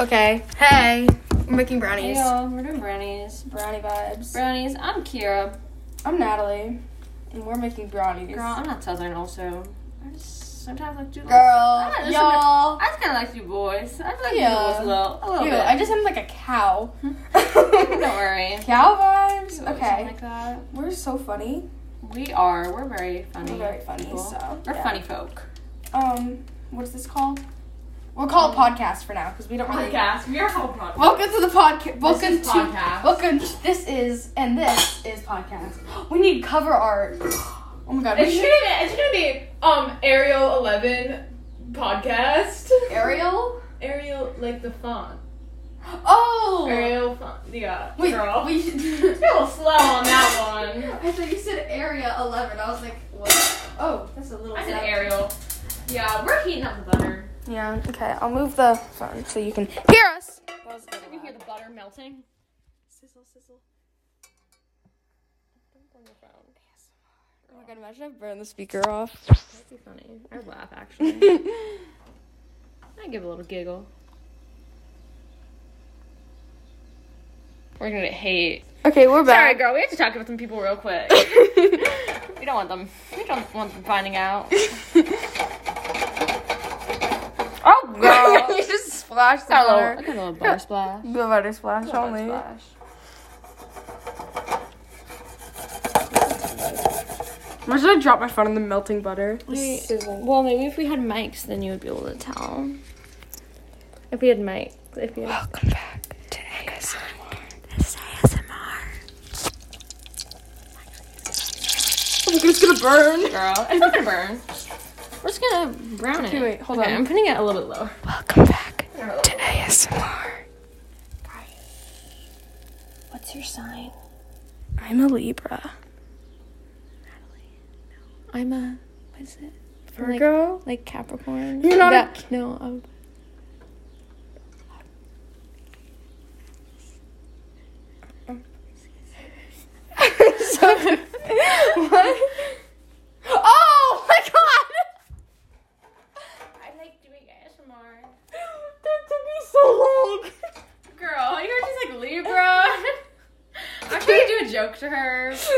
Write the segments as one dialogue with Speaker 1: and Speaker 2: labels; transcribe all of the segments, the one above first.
Speaker 1: Okay. Hey. We're making
Speaker 2: Hey
Speaker 1: brownies.
Speaker 2: y'all, we're doing brownies.
Speaker 3: Brownie vibes.
Speaker 2: Brownies, I'm Kira.
Speaker 3: I'm Natalie, and we're making brownies.
Speaker 2: Girl, I'm not Southern also. I just sometimes like to do
Speaker 3: Girl,
Speaker 2: Ah,
Speaker 3: y'all.
Speaker 2: I just kinda like you boys. I just like
Speaker 3: Yeah.
Speaker 2: you boys a little a little
Speaker 3: Ew,
Speaker 2: bit.
Speaker 3: I just sound like a cow.
Speaker 2: don't worry.
Speaker 3: cow
Speaker 2: You
Speaker 3: vibes.
Speaker 2: always sound
Speaker 3: Okay,
Speaker 2: Like that.
Speaker 3: we're so funny.
Speaker 2: We are. We're very funny.
Speaker 3: We're very funny.
Speaker 2: people.
Speaker 3: So
Speaker 2: We're
Speaker 3: yeah.
Speaker 2: funny folk.
Speaker 3: Um, what's this called? We'll call it podcast for now because we don't really.
Speaker 2: We are whole Um, podcast.
Speaker 3: Welcome to the podcast. Welcome
Speaker 2: is
Speaker 3: to
Speaker 2: podcast.
Speaker 3: welcome. To, this is and this is podcast. We need cover art. Oh my god. we
Speaker 4: It's
Speaker 3: should-
Speaker 4: gonna, it's gonna be um Arial Eleven podcast.
Speaker 3: Ariel.
Speaker 4: Arial like the font.
Speaker 3: Oh.
Speaker 4: Arial font. Yeah,
Speaker 3: Wait.
Speaker 4: girl.
Speaker 3: We should.
Speaker 4: You're a little slow on that one.
Speaker 3: I thought you said area 11. I was like, what? Oh, that's a little.
Speaker 4: I said
Speaker 3: sad.
Speaker 4: Ariel. Yeah, we're heating up the butter.
Speaker 1: Yeah. Okay. I'll move the phone so you can hear us.
Speaker 2: You can hear the butter melting.
Speaker 4: Sizzle, sizzle.
Speaker 1: Oh my god! Imagine I burn the speaker off.
Speaker 2: That'd be funny. I laugh actually. I give a little giggle. We're gonna get hate.
Speaker 1: okay, we're
Speaker 2: Sorry,
Speaker 1: back.
Speaker 2: girl. We have to talk about some people real quick. we don't want them. We don't want them finding out.
Speaker 1: oh, girl. you just splashed the
Speaker 2: Got a little, I
Speaker 1: butter.
Speaker 2: got a little butter splash.
Speaker 1: The butter splash only.
Speaker 2: Butter splash.
Speaker 1: I'm just gonna drop my phone in the melting butter.
Speaker 2: We- well, maybe if we had mics, then you would be able to tell. If we had mics, if you had
Speaker 1: Welcome back to ASMR. This ASMR. It's gonna burn.
Speaker 2: girl, it's not gonna burn. We're just gonna brown it.
Speaker 1: Okay, wait, hold
Speaker 2: Okay,
Speaker 1: on.
Speaker 2: I'm putting it a little bit lower.
Speaker 1: Welcome back to ASMR.
Speaker 2: What's your sign?
Speaker 1: I'm a Libra.
Speaker 2: I'm a. What is it? Like-
Speaker 1: Virgo?
Speaker 2: Like Capricorn.
Speaker 1: You're not a-
Speaker 2: That- no. Um,
Speaker 1: So- what? Oh my god!
Speaker 2: I like doing ASMR.
Speaker 1: That took me so long.
Speaker 2: Girl, you're just like Libra. I'm trying to do a joke to her.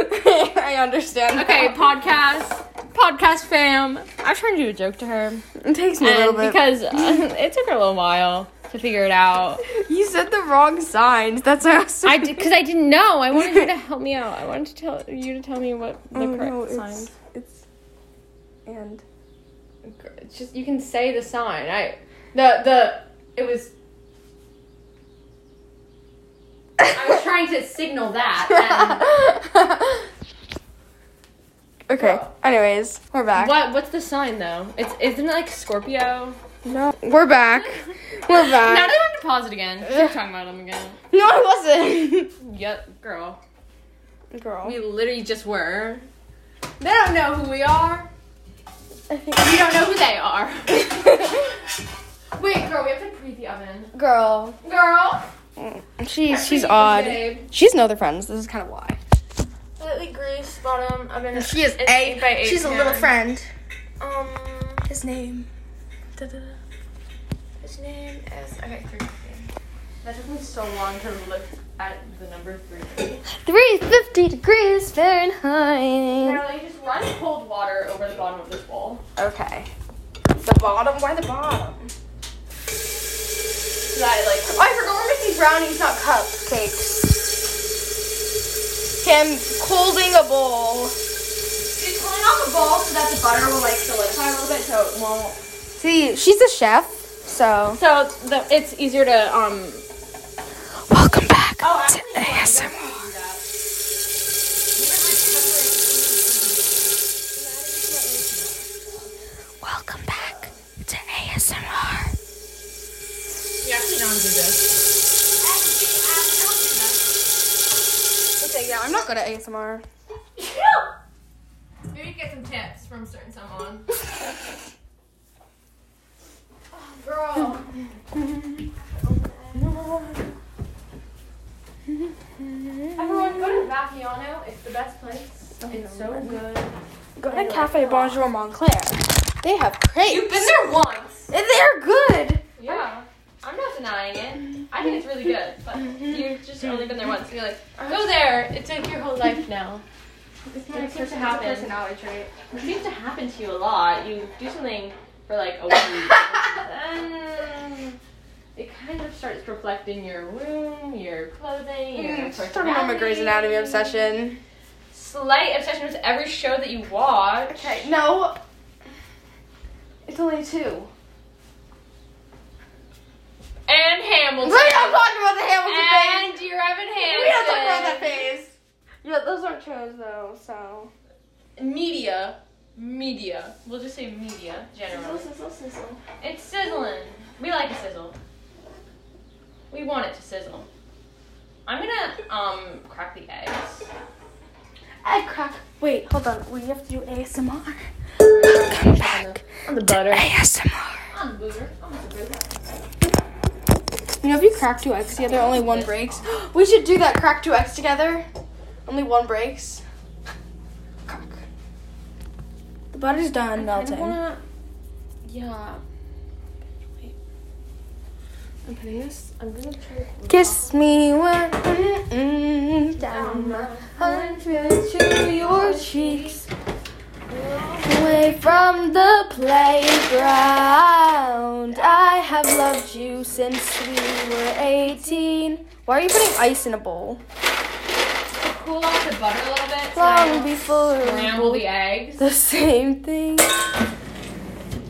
Speaker 1: I understand.
Speaker 2: Okay,
Speaker 1: now.
Speaker 2: podcast, podcast fam. I'm trying to do a joke to her,
Speaker 1: it takes me a little
Speaker 2: and
Speaker 1: bit.
Speaker 2: because uh, it took her a little while to figure it out.
Speaker 1: you said the wrong signs. That's why I was.
Speaker 2: I because I didn't know. I wanted you to help me out. I wanted to tell you to tell me what the
Speaker 1: Oh,
Speaker 2: correct
Speaker 1: no, it's,
Speaker 2: signs.
Speaker 1: It's and
Speaker 2: It's just you can say the sign. I uh,
Speaker 4: The the it was.
Speaker 2: I was trying to signal that.
Speaker 1: okay. Anyways, we're back.
Speaker 2: And what what's the sign though? It's isn't it like Scorpio?
Speaker 1: No, we're back. We're
Speaker 2: Now
Speaker 1: back.
Speaker 2: they have to pause it again. Keep talking about them again.
Speaker 1: no, I
Speaker 2: Yep, girl.
Speaker 1: wasn't. Girl.
Speaker 2: We literally just were. They don't know who we are.
Speaker 1: I think
Speaker 2: We don't know who they are.
Speaker 4: Wait, girl, we have to.
Speaker 2: Preheat the oven.
Speaker 1: Girl.
Speaker 4: Girl.
Speaker 1: She's Mm, she's odd.
Speaker 4: Babe.
Speaker 1: She's no other friends. This is kind of why.
Speaker 4: Slightly greased bottom oven.
Speaker 1: She is
Speaker 4: eight by eight
Speaker 1: She's a little
Speaker 4: pan.
Speaker 1: friend.
Speaker 4: Um,
Speaker 1: His name.
Speaker 4: his name is okay. Three. That took me so long to look at the number three.
Speaker 1: Mm. 350 degrees Fahrenheit.
Speaker 4: Literally, just run cold water over the bottom of this bowl.
Speaker 1: Okay. The bottom? Why the bottom?
Speaker 4: So that it, like
Speaker 1: Oh, I forgot we're making brownies, not cupcakes. Okay, I'm holding a bowl.
Speaker 4: She's pulling off the ball so that the butter will like solidify a little bit so it won't.
Speaker 1: See, she's a chef, so.
Speaker 2: So the, it's easier to um
Speaker 1: Welcome back
Speaker 4: Oh, actually,
Speaker 1: to ASMR. Welcome back to ASMR.
Speaker 4: You actually don't do this.
Speaker 1: Okay, yeah, I'm not good at ASMR.
Speaker 4: Maybe get some tips from certain someone. oh, girl. Everyone, go to Vacchiano. It's the best place. It's so good.
Speaker 1: Go to Cafe Bonjour Montclair. They have crepes.
Speaker 4: You've been there once.
Speaker 1: They're good.
Speaker 4: Yeah. I'm not
Speaker 2: denying it. I think it's really good, but you've just only been there once. And you're like,
Speaker 1: Uh-huh.
Speaker 2: go there. It's like your whole life now.
Speaker 5: It's
Speaker 2: It
Speaker 5: my
Speaker 2: seems to
Speaker 5: pers- it's a
Speaker 2: happen.
Speaker 5: personality trait.
Speaker 2: It seems to happen to you a lot. You do something for like a week, and then it kind of starts reflecting your room, your clothing, your
Speaker 1: Talking about Mm, my Grey's
Speaker 2: personality.
Speaker 1: Anatomy obsession.
Speaker 2: Slight obsession with every show that you watch.
Speaker 5: Okay, no. It's only two.
Speaker 2: And
Speaker 1: We're
Speaker 2: Hamilton.
Speaker 1: not talking about the Hamilton phase.
Speaker 2: and your Evan Hansen.
Speaker 1: We're not talking about that phase. Yeah, those aren't shows though, so.
Speaker 2: Media. Media. We'll just say media, generally. It's sizzling. We like a sizzle. We want it to sizzle. I'm gonna um crack the eggs.
Speaker 5: I crack.
Speaker 6: Wait, hold on. We have to do ASMR.
Speaker 1: Come back.
Speaker 6: On the butter.
Speaker 1: ASMR.
Speaker 2: I'm a booger. I'm a booger.
Speaker 1: You know, if you crack two eggs together, only one breaks. We should do that. Crack two eggs together. Only one breaks. Crack. The butter's done melting.
Speaker 6: Yeah. I'm putting this. I'm gonna try.
Speaker 1: Kiss me when mm-mm, down my hundred to your cheeks, away from the playground. I have loved you since we were eighteen. Why are you putting ice in a bowl?
Speaker 2: Cool off the butter a little bit. so
Speaker 1: Long before
Speaker 2: Scramble the eggs.
Speaker 1: the same thing.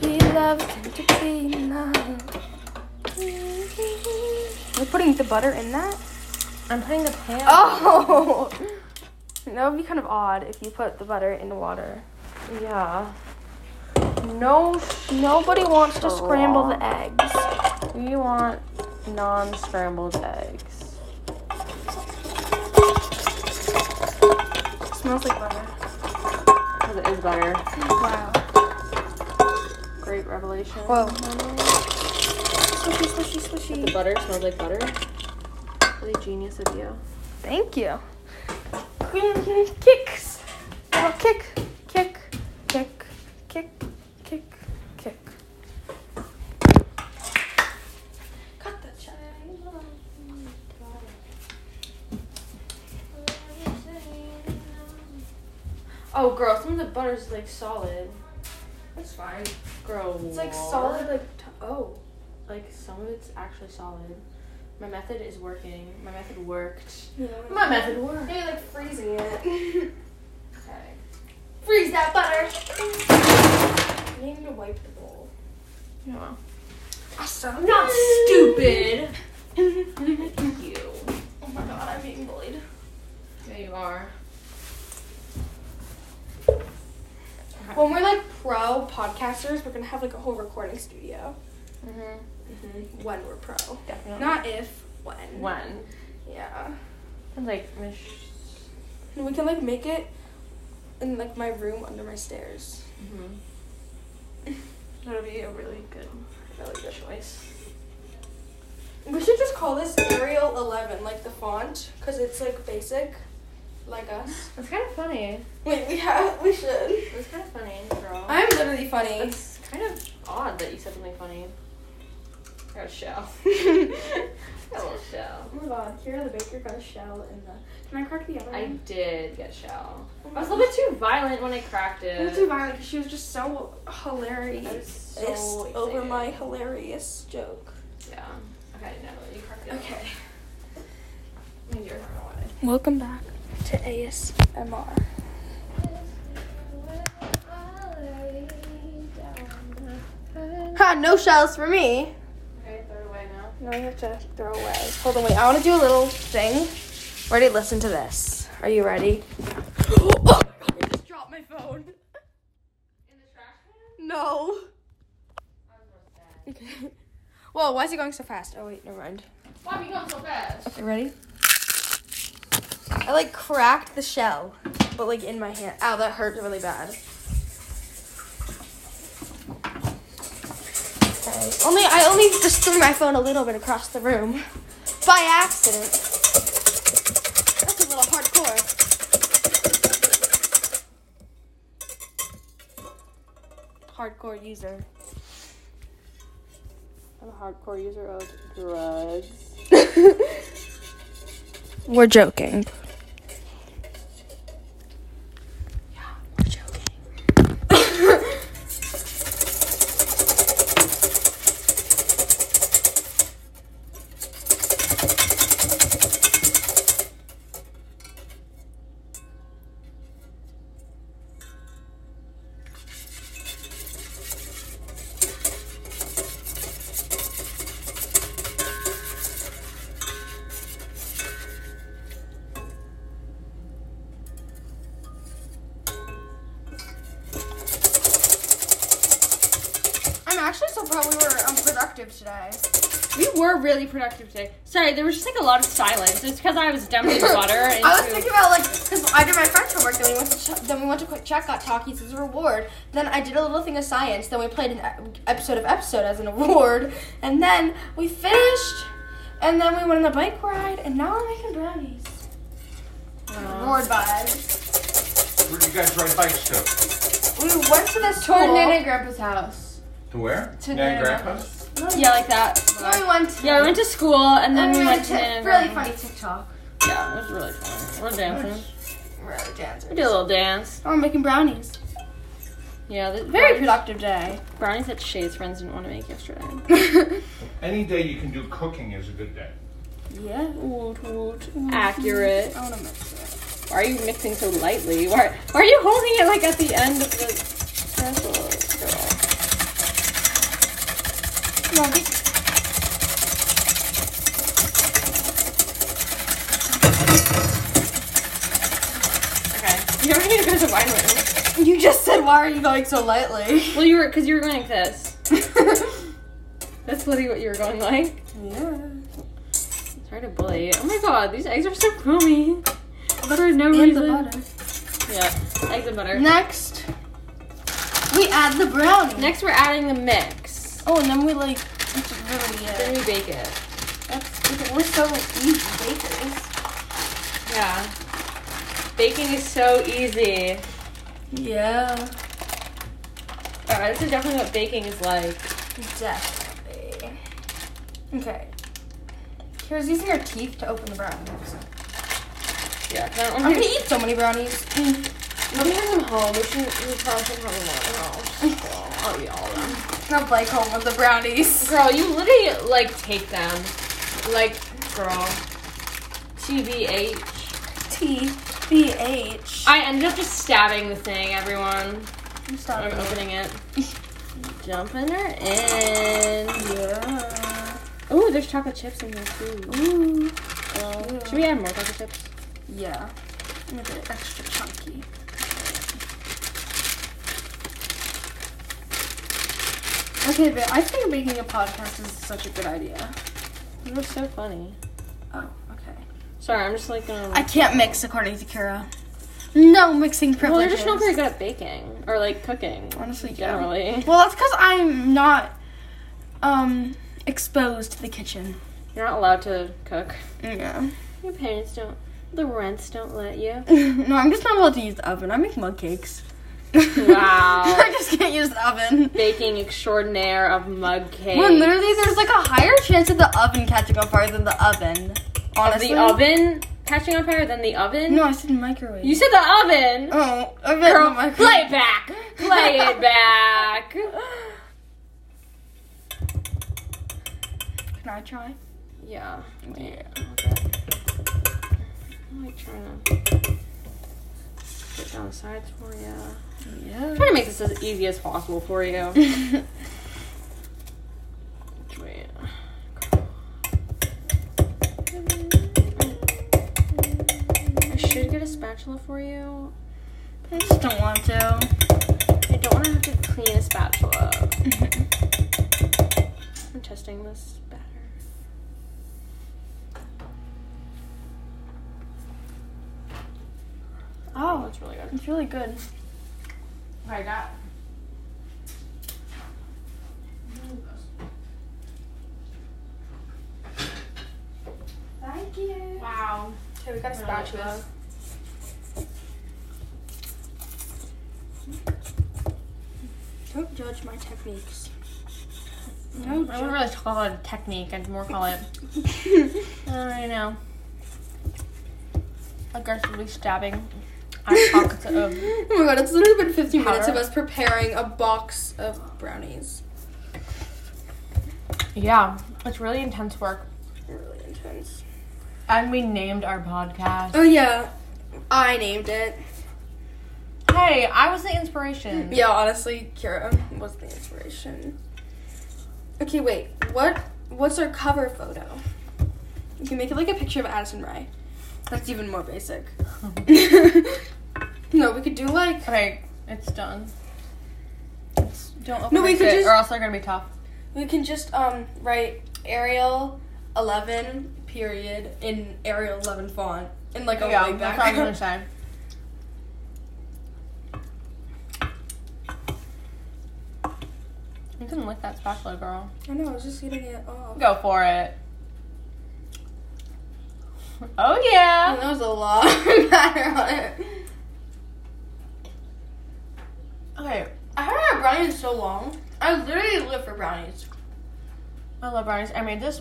Speaker 1: Be loved and to be loved. We're putting the butter in that.
Speaker 6: I'm putting the pan.
Speaker 1: Oh! That would be kind of odd if you put the butter in the water.
Speaker 6: Yeah.
Speaker 1: No, nobody wants to scramble the eggs.
Speaker 6: We want non-scrambled eggs.
Speaker 1: smells like butter.
Speaker 6: Cause it is butter.
Speaker 1: Wow.
Speaker 6: Great revelation.
Speaker 1: Whoa. Swishy, swishy, swishy.
Speaker 6: Butter smells like butter. Really genius of you.
Speaker 1: Thank you. Kicks. Little Oh, kick, kick, kick, kick, kick, kick.
Speaker 5: Cut that shit.
Speaker 2: Oh, girl, some of the butter's like solid.
Speaker 5: It's fine.
Speaker 2: Girl,
Speaker 5: It's like solid, like t- oh.
Speaker 2: Like some of it's actually solid. My method is working. My method worked.
Speaker 5: Yeah.
Speaker 2: My method worked.
Speaker 5: Maybe like freezing it. okay. Freeze that butter. I need to wipe the bowl.
Speaker 2: Yeah.
Speaker 5: Awesome.
Speaker 2: I'm not stupid. you.
Speaker 5: Oh my god, I'm being bullied.
Speaker 2: There you are.
Speaker 5: When we're like pro podcasters, we're gonna have like a whole recording studio.
Speaker 2: Mm-hmm.
Speaker 5: When we're pro.
Speaker 2: Definitely.
Speaker 5: Not if, when.
Speaker 2: When?
Speaker 5: Yeah.
Speaker 2: Like, Mish.
Speaker 5: And we can like make it in like my room under my stairs.
Speaker 2: Mm-hmm. That'll be a really good, really good choice.
Speaker 5: We should just call this Arial 11, like the font, because it's like basic, like us.
Speaker 2: It's kind of funny.
Speaker 5: Wait, we have, we should.
Speaker 2: It's kind of funny, girl.
Speaker 5: I'm literally funny.
Speaker 2: It's kind of odd that you said something funny. I got a shell. I got a little shell.
Speaker 5: Oh my god, Kira the Baker got a shell in the. Can I crack the Oh other
Speaker 2: I
Speaker 5: one?
Speaker 2: did get a shell. I was a little bit too violent when I cracked it.
Speaker 5: It was too violent because she was just so hilarious.
Speaker 2: I was so excited.
Speaker 5: over my hilarious joke.
Speaker 2: Yeah. Okay, no, you cracked it.
Speaker 5: Okay.
Speaker 2: Maybe you're wrong.
Speaker 1: Welcome back.
Speaker 5: To ASMR.
Speaker 1: Ha! No shells for me.
Speaker 2: Okay, throw it away now.
Speaker 1: No, you have to throw away. Hold on, wait. I want to do a little thing. Ready? Listen to this. Are you ready? oh, I just dropped my phone.
Speaker 2: In the trash can?
Speaker 1: No.
Speaker 2: I was worth that.
Speaker 1: Okay. Whoa, why is it going so fast? Oh, wait, never mind.
Speaker 2: Why are you going so fast?
Speaker 1: Okay, ready? I like cracked the shell, but like in my hand. Ow, that hurt really bad. Okay. Only I only just threw my phone a little bit across the room by accident. That's a little hardcore. Hardcore user.
Speaker 2: I'm a hardcore user of drugs.
Speaker 1: We're joking.
Speaker 7: I'm actually so proud we were
Speaker 1: um,
Speaker 7: unproductive today.
Speaker 2: We were really productive today. Sorry, there was just like a lot of silence. It's because I was dumping water into.
Speaker 7: I was thinking about like, because I did my French homework, then we went to ch- then we went to quick check, got talkies as a reward. Then I did a little thing of science. Then we played an e- episode of episode as an award, and then we finished, and then we went on the bike ride, and now we're making brownies. Reward vibes.
Speaker 8: Where did you guys ride bikes to?
Speaker 7: We went to this
Speaker 1: Toward
Speaker 7: school.
Speaker 1: Nan and Grandpa's house.
Speaker 8: To where?
Speaker 1: To
Speaker 8: Nan
Speaker 1: Nan.
Speaker 8: and Grandpa's?
Speaker 2: yeah, like that.
Speaker 7: Then we went. To,
Speaker 2: Yeah, we went to school and then
Speaker 7: and
Speaker 2: we went
Speaker 7: to
Speaker 2: to. Nan-
Speaker 7: really Oh, funny TikTok.
Speaker 2: Yeah, it was really fun. We're dancing.
Speaker 7: Really
Speaker 2: We
Speaker 7: dancing.
Speaker 2: did a little dance.
Speaker 1: Oh, I'm making brownies.
Speaker 2: Yeah, the
Speaker 1: Very
Speaker 2: brownies,
Speaker 1: productive day.
Speaker 2: brownies that Shay's friends didn't want to make yesterday.
Speaker 8: Any day you can do cooking is a good day.
Speaker 1: Yeah.
Speaker 2: Woot woot. Accurate.
Speaker 1: I want to mix it.
Speaker 2: Why are you mixing so lightly? Why, why are you holding it like at the end of the pencil, girl?
Speaker 1: Come on, get-
Speaker 2: Okay. You're ready to go to wine room.
Speaker 1: You just said, why are you going so lightly?
Speaker 2: Well, you were, because you were going like this. That's literally what you were going like.
Speaker 1: yeah.
Speaker 2: Sorry to bully. Oh my god, these eggs are so creamy. For no
Speaker 1: And the
Speaker 2: reason.
Speaker 1: butter.
Speaker 2: Yeah, eggs and butter.
Speaker 1: Next, we add the brownie.
Speaker 2: Next, we're adding the mix.
Speaker 1: Oh, and then we like, it's really it.
Speaker 2: Then we bake it.
Speaker 1: That's, we're so easy bakers.
Speaker 2: Yeah. Baking is so easy.
Speaker 1: Yeah,
Speaker 2: Uh, this is definitely what baking is like.
Speaker 1: definitely. Okay. Here's using your teeth to open the brownies.
Speaker 2: Yeah. 'cause I don't
Speaker 1: I'm
Speaker 2: want
Speaker 1: gonna
Speaker 2: to
Speaker 1: eat so many brownies.
Speaker 2: Let me have some home. We should we probably should have them all. I'll eat all of them.
Speaker 1: Not like home with the brownies.
Speaker 2: Girl, you literally like take them. Like, girl. TBH.
Speaker 1: T B H.
Speaker 2: I ended up just stabbing the thing, everyone.
Speaker 1: I'm
Speaker 2: I'm
Speaker 1: stopping.
Speaker 2: opening it. Jumping her in.
Speaker 1: Yeah.
Speaker 2: Oh, there's chocolate chips in here too.
Speaker 1: Ooh.
Speaker 2: Girl. Should we add more chocolate chips?
Speaker 1: Yeah. Make it extra chunky. Okay, but I think making a podcast is such a good idea.
Speaker 2: You're so funny.
Speaker 1: Oh, okay.
Speaker 2: Sorry, I'm just like gonna.
Speaker 1: I can't mix according to Kira. No mixing
Speaker 2: well, you're
Speaker 1: privileges.
Speaker 2: just not very good at baking or like cooking.
Speaker 1: Honestly, yeah.
Speaker 2: generally.
Speaker 1: Well, that's because I'm not um exposed to the kitchen.
Speaker 2: You're not allowed to cook.
Speaker 1: Yeah.
Speaker 2: Your parents don't. The rents don't let you.
Speaker 1: no, I'm just not allowed to use the oven. I make mug cakes.
Speaker 2: Wow.
Speaker 1: I just can't use the oven.
Speaker 2: Baking extraordinaire of mug cake.
Speaker 1: Well, literally, there's like a higher chance of the oven catching on fire than the oven. Honestly.
Speaker 2: The oven catching on fire, then the oven.
Speaker 1: No, I said microwave.
Speaker 2: You said the oven.
Speaker 1: Oh, I meant the microwave.
Speaker 2: Play it back. Play it back.
Speaker 1: Can I try?
Speaker 2: Yeah.
Speaker 1: Yeah.
Speaker 2: I'm like trying to put down the sides for you.
Speaker 1: Yeah.
Speaker 2: Trying to make this as easy as possible for you. Wait. I should get a spatula for you.
Speaker 1: I just don't want to.
Speaker 2: I don't want to have to clean a spatula. I'm testing this batter. Oh, that's really good.
Speaker 1: It's really good.
Speaker 9: I got.
Speaker 7: Thank you.
Speaker 9: Wow.
Speaker 7: Okay, we got a spatula.
Speaker 1: Don't judge my techniques.
Speaker 2: I wouldn't really call it a technique. I'd more call it. I don't know. Aggressively stabbing at pockets of.
Speaker 1: Oh my god, it's literally been 15 minutes of
Speaker 2: Power.
Speaker 1: us preparing a box of brownies.
Speaker 2: Yeah, it's really intense work.
Speaker 1: Really intense.
Speaker 2: And we named our podcast.
Speaker 1: Oh yeah, I named it.
Speaker 2: Hey, I was the inspiration.
Speaker 1: Yeah, honestly, Kira was the inspiration. Okay, wait. What? What's our cover photo? You can make it like a picture of Addison Rae. That's even more basic. no, we could do like
Speaker 2: Okay, it's done. It's, don't open
Speaker 1: No, we
Speaker 2: it,
Speaker 1: could just-
Speaker 2: or else they're gonna be tough.
Speaker 1: we can just um write Arial eleven period in Arial eleven font in like a
Speaker 2: yeah,
Speaker 1: way
Speaker 2: that's what I was gonna
Speaker 1: back.
Speaker 2: say. You can lick that spatula, girl.
Speaker 1: I know. I was just eating it off.
Speaker 2: Go for it. Oh yeah.
Speaker 1: And there was a lot of batter on it.
Speaker 2: Okay.
Speaker 1: I haven't had brownies in so long. I literally live for brownies.
Speaker 2: I love brownies. I made this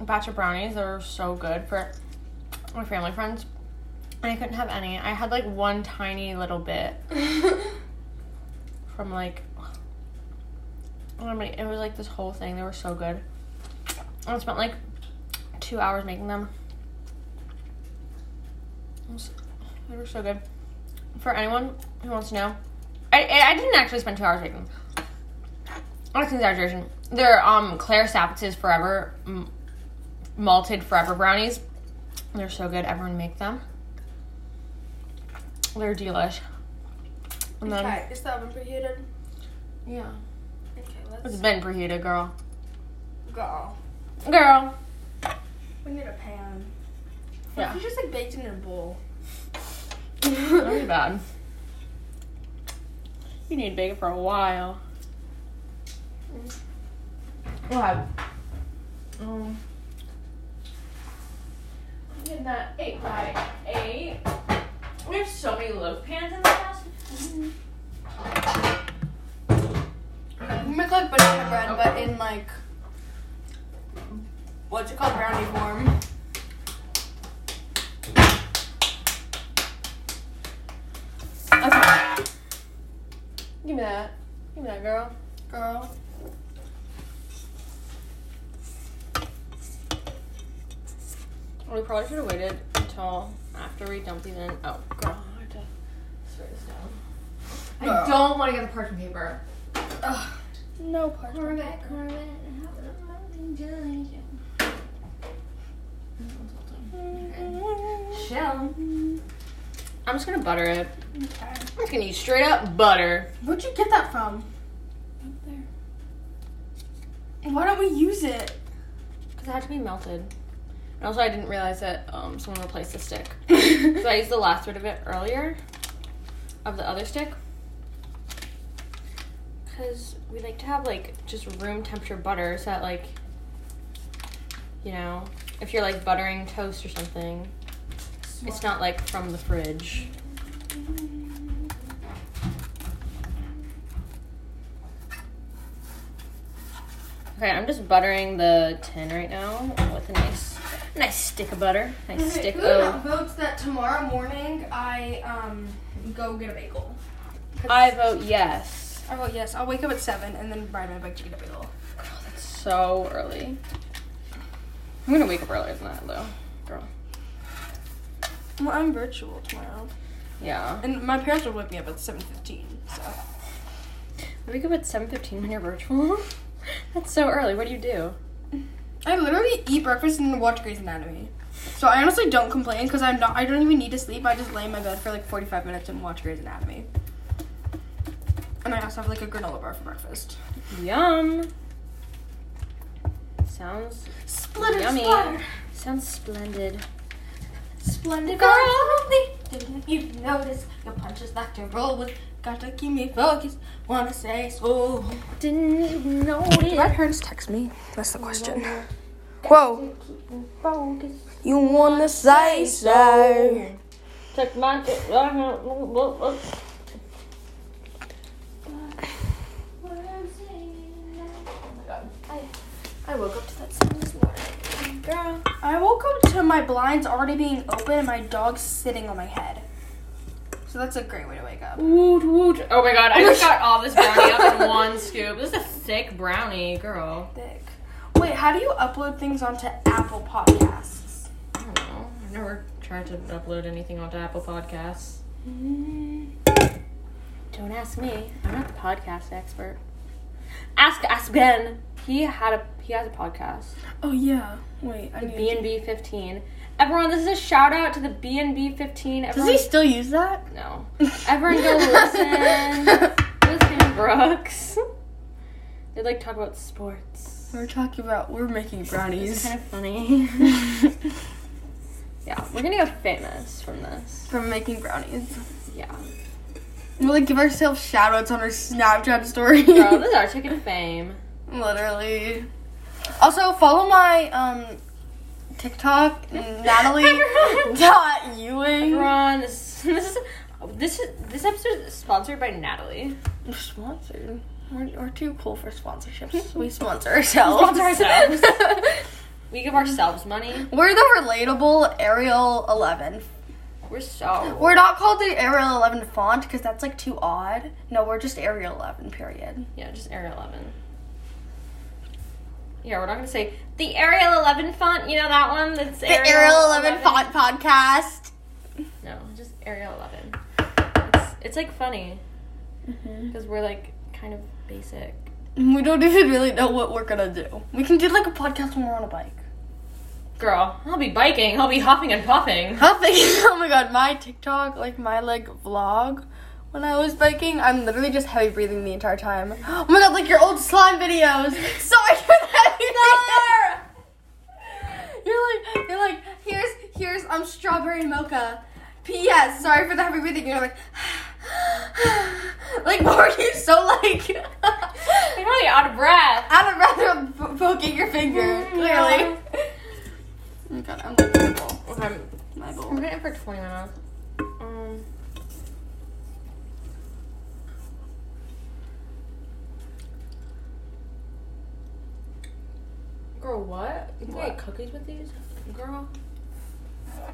Speaker 2: batch of brownies that were so good for my family friends. And I couldn't have any. I had like one tiny little bit from like I don't know, it was like this whole thing. They were so good. And I spent like two hours making them. It was- they were so good. For anyone who wants to know, I, I I didn't actually spend two hours making them. That's an exaggeration. They're um Claire Sapitz's Forever m- Malted Forever brownies. They're so good. Everyone make them. They're delish. And then
Speaker 1: Okay, is the oven preheated?
Speaker 2: yeah,
Speaker 1: Okay,
Speaker 2: it's
Speaker 1: let's
Speaker 2: been preheated, girl.
Speaker 1: go.
Speaker 2: Girl.
Speaker 1: We need a pan.
Speaker 2: Yeah.
Speaker 1: You just like baked it in a bowl.
Speaker 2: Not too bad. You need to bake it for a while. Wow. Um, I'm getting that eight by eight. We have so many loaf pans in the house.
Speaker 1: We make like banana bread, but in like what's it called, brownie form.
Speaker 2: Give me that. Give me that, girl.
Speaker 1: Girl.
Speaker 2: We probably should have waited until after we dump these in. Oh, girl. I have to spread this down. I
Speaker 1: Girl.
Speaker 2: don't want to get the parchment paper.
Speaker 1: No part.
Speaker 10: Corvette, Corvette, have a lovely jelly.
Speaker 2: Shell. I'm just gonna butter it. I'm just gonna use straight up butter.
Speaker 1: Where'd you get that from? Up there. Why don't we use it?
Speaker 2: Because it had to be melted. And also, I didn't realize that um, someone replaced the stick. So I used the last bit of it earlier of the other stick. Because we like to have like just room temperature butter so that, like, you know, if you're like buttering toast or something, it's not like from the fridge. Okay, I'm just buttering the tin right now with a nice, nice stick of butter, nice stick
Speaker 1: Who
Speaker 2: of.
Speaker 1: votes that tomorrow morning I um go get a bagel?
Speaker 2: I vote yes.
Speaker 1: I vote Oh, yes. I'll wake up at seven and then ride my bike to get a bagel.
Speaker 2: That's so early. I'm gonna wake up earlier than that, though, girl.
Speaker 1: Well, I'm virtual tomorrow,
Speaker 2: Yeah.
Speaker 1: and my parents will wake me up at seven fifteen. So
Speaker 2: Wake up at 7:15 when you're virtual. That's so early. What do you do?
Speaker 1: I literally eat breakfast and watch Grey's Anatomy. So I honestly don't complain because I'm not. I don't even need to sleep. I just lay in my bed for like forty five minutes and watch Grey's Anatomy. And I also have like a granola bar for breakfast.
Speaker 2: Yum. Sounds
Speaker 1: Split and
Speaker 2: Yummy.
Speaker 1: splatter.
Speaker 2: sounds splendid.
Speaker 1: Splendid girl. You've noticed your punches like to roll with. Gotta keep me focused. Wanna say so.
Speaker 2: Didn't even notice.
Speaker 1: Did my parents text me? That's the question. Whoa. You wanna say so?
Speaker 2: Took my.
Speaker 5: I woke up to that sound this morning. Girl.
Speaker 1: I woke up to my blinds already being open and my dog sitting on my head.
Speaker 5: So that's a great way to wake
Speaker 1: Mm.
Speaker 5: up.
Speaker 2: Woot woot. Oh my god, I just got all this brownie up in one scoop. This is a thick brownie, girl.
Speaker 1: Thick. Wait, how do you upload things onto Apple Podcasts?
Speaker 2: I don't know. I've never tried to upload anything onto Apple Podcasts.
Speaker 6: Mm-hmm. Don't ask me. I'm not the podcast expert. Ask ask Ben. He had a he has a podcast.
Speaker 1: Oh yeah. Wait, I need.
Speaker 6: B and B fifteen. Everyone, this is a shout out to the B and B fifteen. Everyone,
Speaker 1: still use that?
Speaker 6: no. Everyone, go listen. listen, to Brooks. They like talk about sports.
Speaker 1: We're talking about we're making brownies.
Speaker 6: It's kind of funny. yeah, we're gonna get famous from this.
Speaker 1: from making brownies.
Speaker 6: Yeah,
Speaker 1: We'll like give ourselves shout outs on our Snapchat story.
Speaker 6: bro, this is our ticket to fame.
Speaker 1: Literally. Also follow my um TikTok Natalie dot Ewing.
Speaker 6: Everyone, this this is this is this episode is sponsored by Natalie.
Speaker 1: We're sponsored. We're, we're too cool for sponsorships. We sponsor ourselves.
Speaker 6: Sponsor ourselves. We
Speaker 1: Mm-hmm.
Speaker 6: give ourselves money.
Speaker 1: we're the relatable Arial Eleven.
Speaker 6: We're so
Speaker 1: We're not called the Arial Eleven font because that's like too odd. No, we're just Arial Eleven. Period.
Speaker 6: yeah, just Arial eleven. Yeah, we're not gonna say the Arial eleven font. You know that one? That's
Speaker 1: The Arial Eleven font podcast.
Speaker 6: No, just Arial eleven. It's, it's like funny
Speaker 1: Mm-hmm.
Speaker 6: because we're like kind of basic.
Speaker 1: We don't even really know what we're gonna do. We can do like a podcast when we're on a bike.
Speaker 6: Girl, I'll be biking. I'll be hopping and popping.
Speaker 1: Nothing. oh my god, my TikTok, like my like vlog when I was biking, I'm literally just heavy breathing the entire time. Oh my god, like your old slime videos. Sorry for that. you're like you're like here's here's um strawberry mocha. P.S. Sorry for the heavy breathing. You're like like what were you so like
Speaker 6: I'm really out of breath.
Speaker 1: out of breath of poking your finger? Clearly. Oh my god, I'm like
Speaker 6: Okay,
Speaker 1: my bowl.
Speaker 6: I'm it for twenty minutes. Um,
Speaker 2: Girl, what? You can
Speaker 6: What?
Speaker 2: make cookies with these? Girl.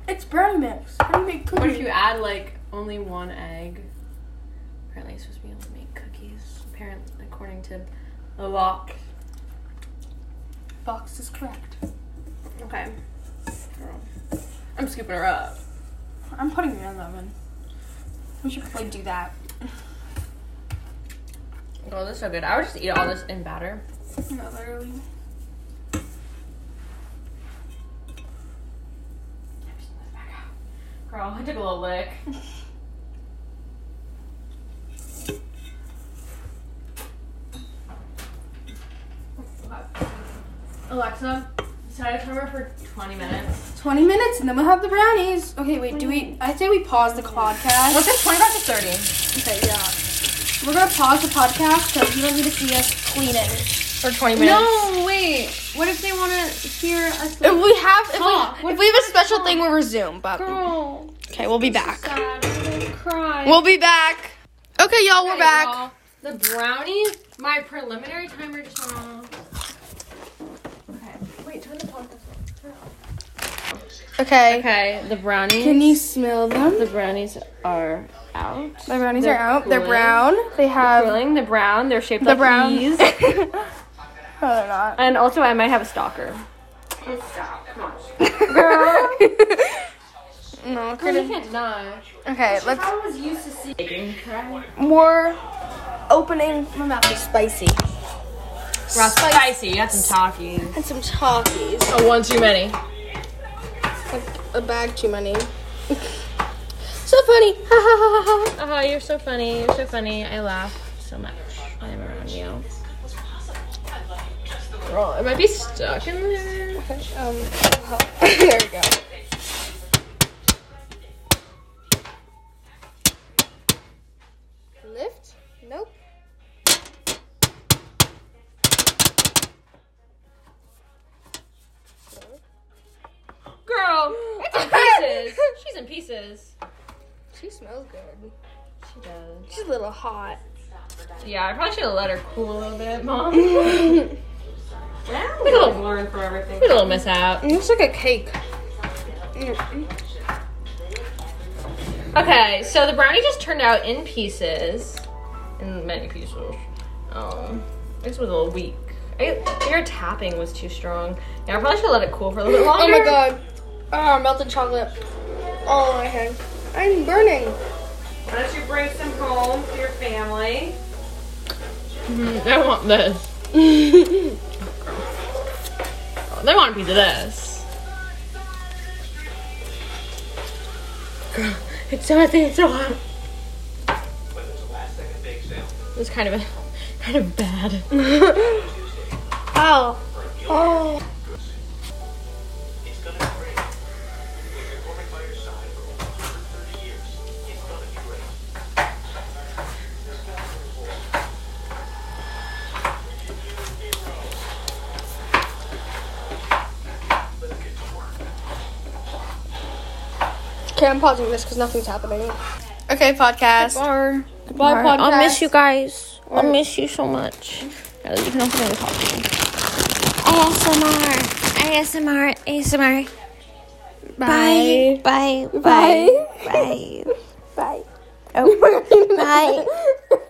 Speaker 1: It's brownie mix. Brownie mix
Speaker 2: What if you add like only one egg? Apparently, it's supposed to be able to make cookies. Apparently, according to the lock.
Speaker 1: box is correct.
Speaker 2: Okay. Girl. I'm scooping her up.
Speaker 1: I'm putting it in the oven. We should probably do that.
Speaker 2: Girl, this is so good. I would just eat all this in batter.
Speaker 1: No, literally.
Speaker 2: Girl, I took a little lick. Alexa, set a timer for 20 minutes.
Speaker 1: 20 minutes and then we'll have the brownies. Okay, wait, do we. I say we pause the podcast.
Speaker 2: What's it, 25 to 30?
Speaker 1: Okay, yeah. We're gonna pause the podcast because you don't need to see us clean it.
Speaker 2: For 20 minutes.
Speaker 6: no, wait. What if they want to hear us?
Speaker 1: If we have. If,
Speaker 6: Talk.
Speaker 1: we, if we have a special thing, we'll resume, but.
Speaker 6: Girl,
Speaker 1: Okay, we'll be back.
Speaker 6: sad. I'm gonna cry.
Speaker 1: We'll be back. Okay, y'all, we're
Speaker 2: Hey,
Speaker 1: back.
Speaker 2: y'all. The brownies, my preliminary timer just went off. Okay. Wait, turn the podcast
Speaker 1: Okay.
Speaker 6: Okay, the brownies.
Speaker 1: Can you smell them?
Speaker 6: The brownies are out.
Speaker 1: The brownies
Speaker 6: They're
Speaker 1: are out. They're
Speaker 6: cooling.
Speaker 1: brown. They have.
Speaker 6: Grilling the brown. They're shaped
Speaker 1: The
Speaker 6: like
Speaker 1: brown.
Speaker 6: peas.
Speaker 1: No, they're not.
Speaker 6: and also, I might have a stalker.
Speaker 1: no, Curtis.
Speaker 2: can't deny.
Speaker 1: Okay, let's
Speaker 2: I was used to seeing.
Speaker 1: more opening. My mouth is spicy.
Speaker 2: Spicy. You had some talkies.
Speaker 1: And some talkies.
Speaker 2: Oh, one too many.
Speaker 1: A bag too many. so funny. Ha, ha, ha, ha, ha.
Speaker 6: Oh, you're so funny. You're so funny. I laugh so much. I am around you.
Speaker 1: Oh,
Speaker 2: Girl, it might be stuck in there.
Speaker 1: um, there we go. Lift? Nope.
Speaker 2: Girl, it's in pieces. She's in pieces.
Speaker 1: She smells good.
Speaker 2: She does.
Speaker 1: She's a little hot.
Speaker 2: Yeah, I probably should have let her cool a little bit, mom. We had a little,
Speaker 11: Learn from everything.
Speaker 2: we had a little mishap.
Speaker 5: It looks like a cake.
Speaker 2: Okay, so the brownie just turned out in pieces, in many pieces. Um, this was a little weak. I, your tapping was too strong. Now I probably should let it cool for a little bit
Speaker 5: Oh
Speaker 2: longer.
Speaker 5: my god. Oh, melted chocolate all over my head. I'm burning.
Speaker 11: Why don't you bring some home to your family?
Speaker 2: Mm, I want this. Oh, they want a piece of this. It's so thin, it's so hot. It was kind of a, kind of bad.
Speaker 5: Ow. Oh. Okay, I'm pausing this because nothing's happening.
Speaker 12: Okay, podcast.
Speaker 5: Goodbye, podcast.
Speaker 2: I'll miss you guys. I'll miss you so much. Now that you can open it coffee.
Speaker 13: ASMR. ASMR. ASMR. Bye. Bye. Bye. Bye. Bye. Oh. Bye.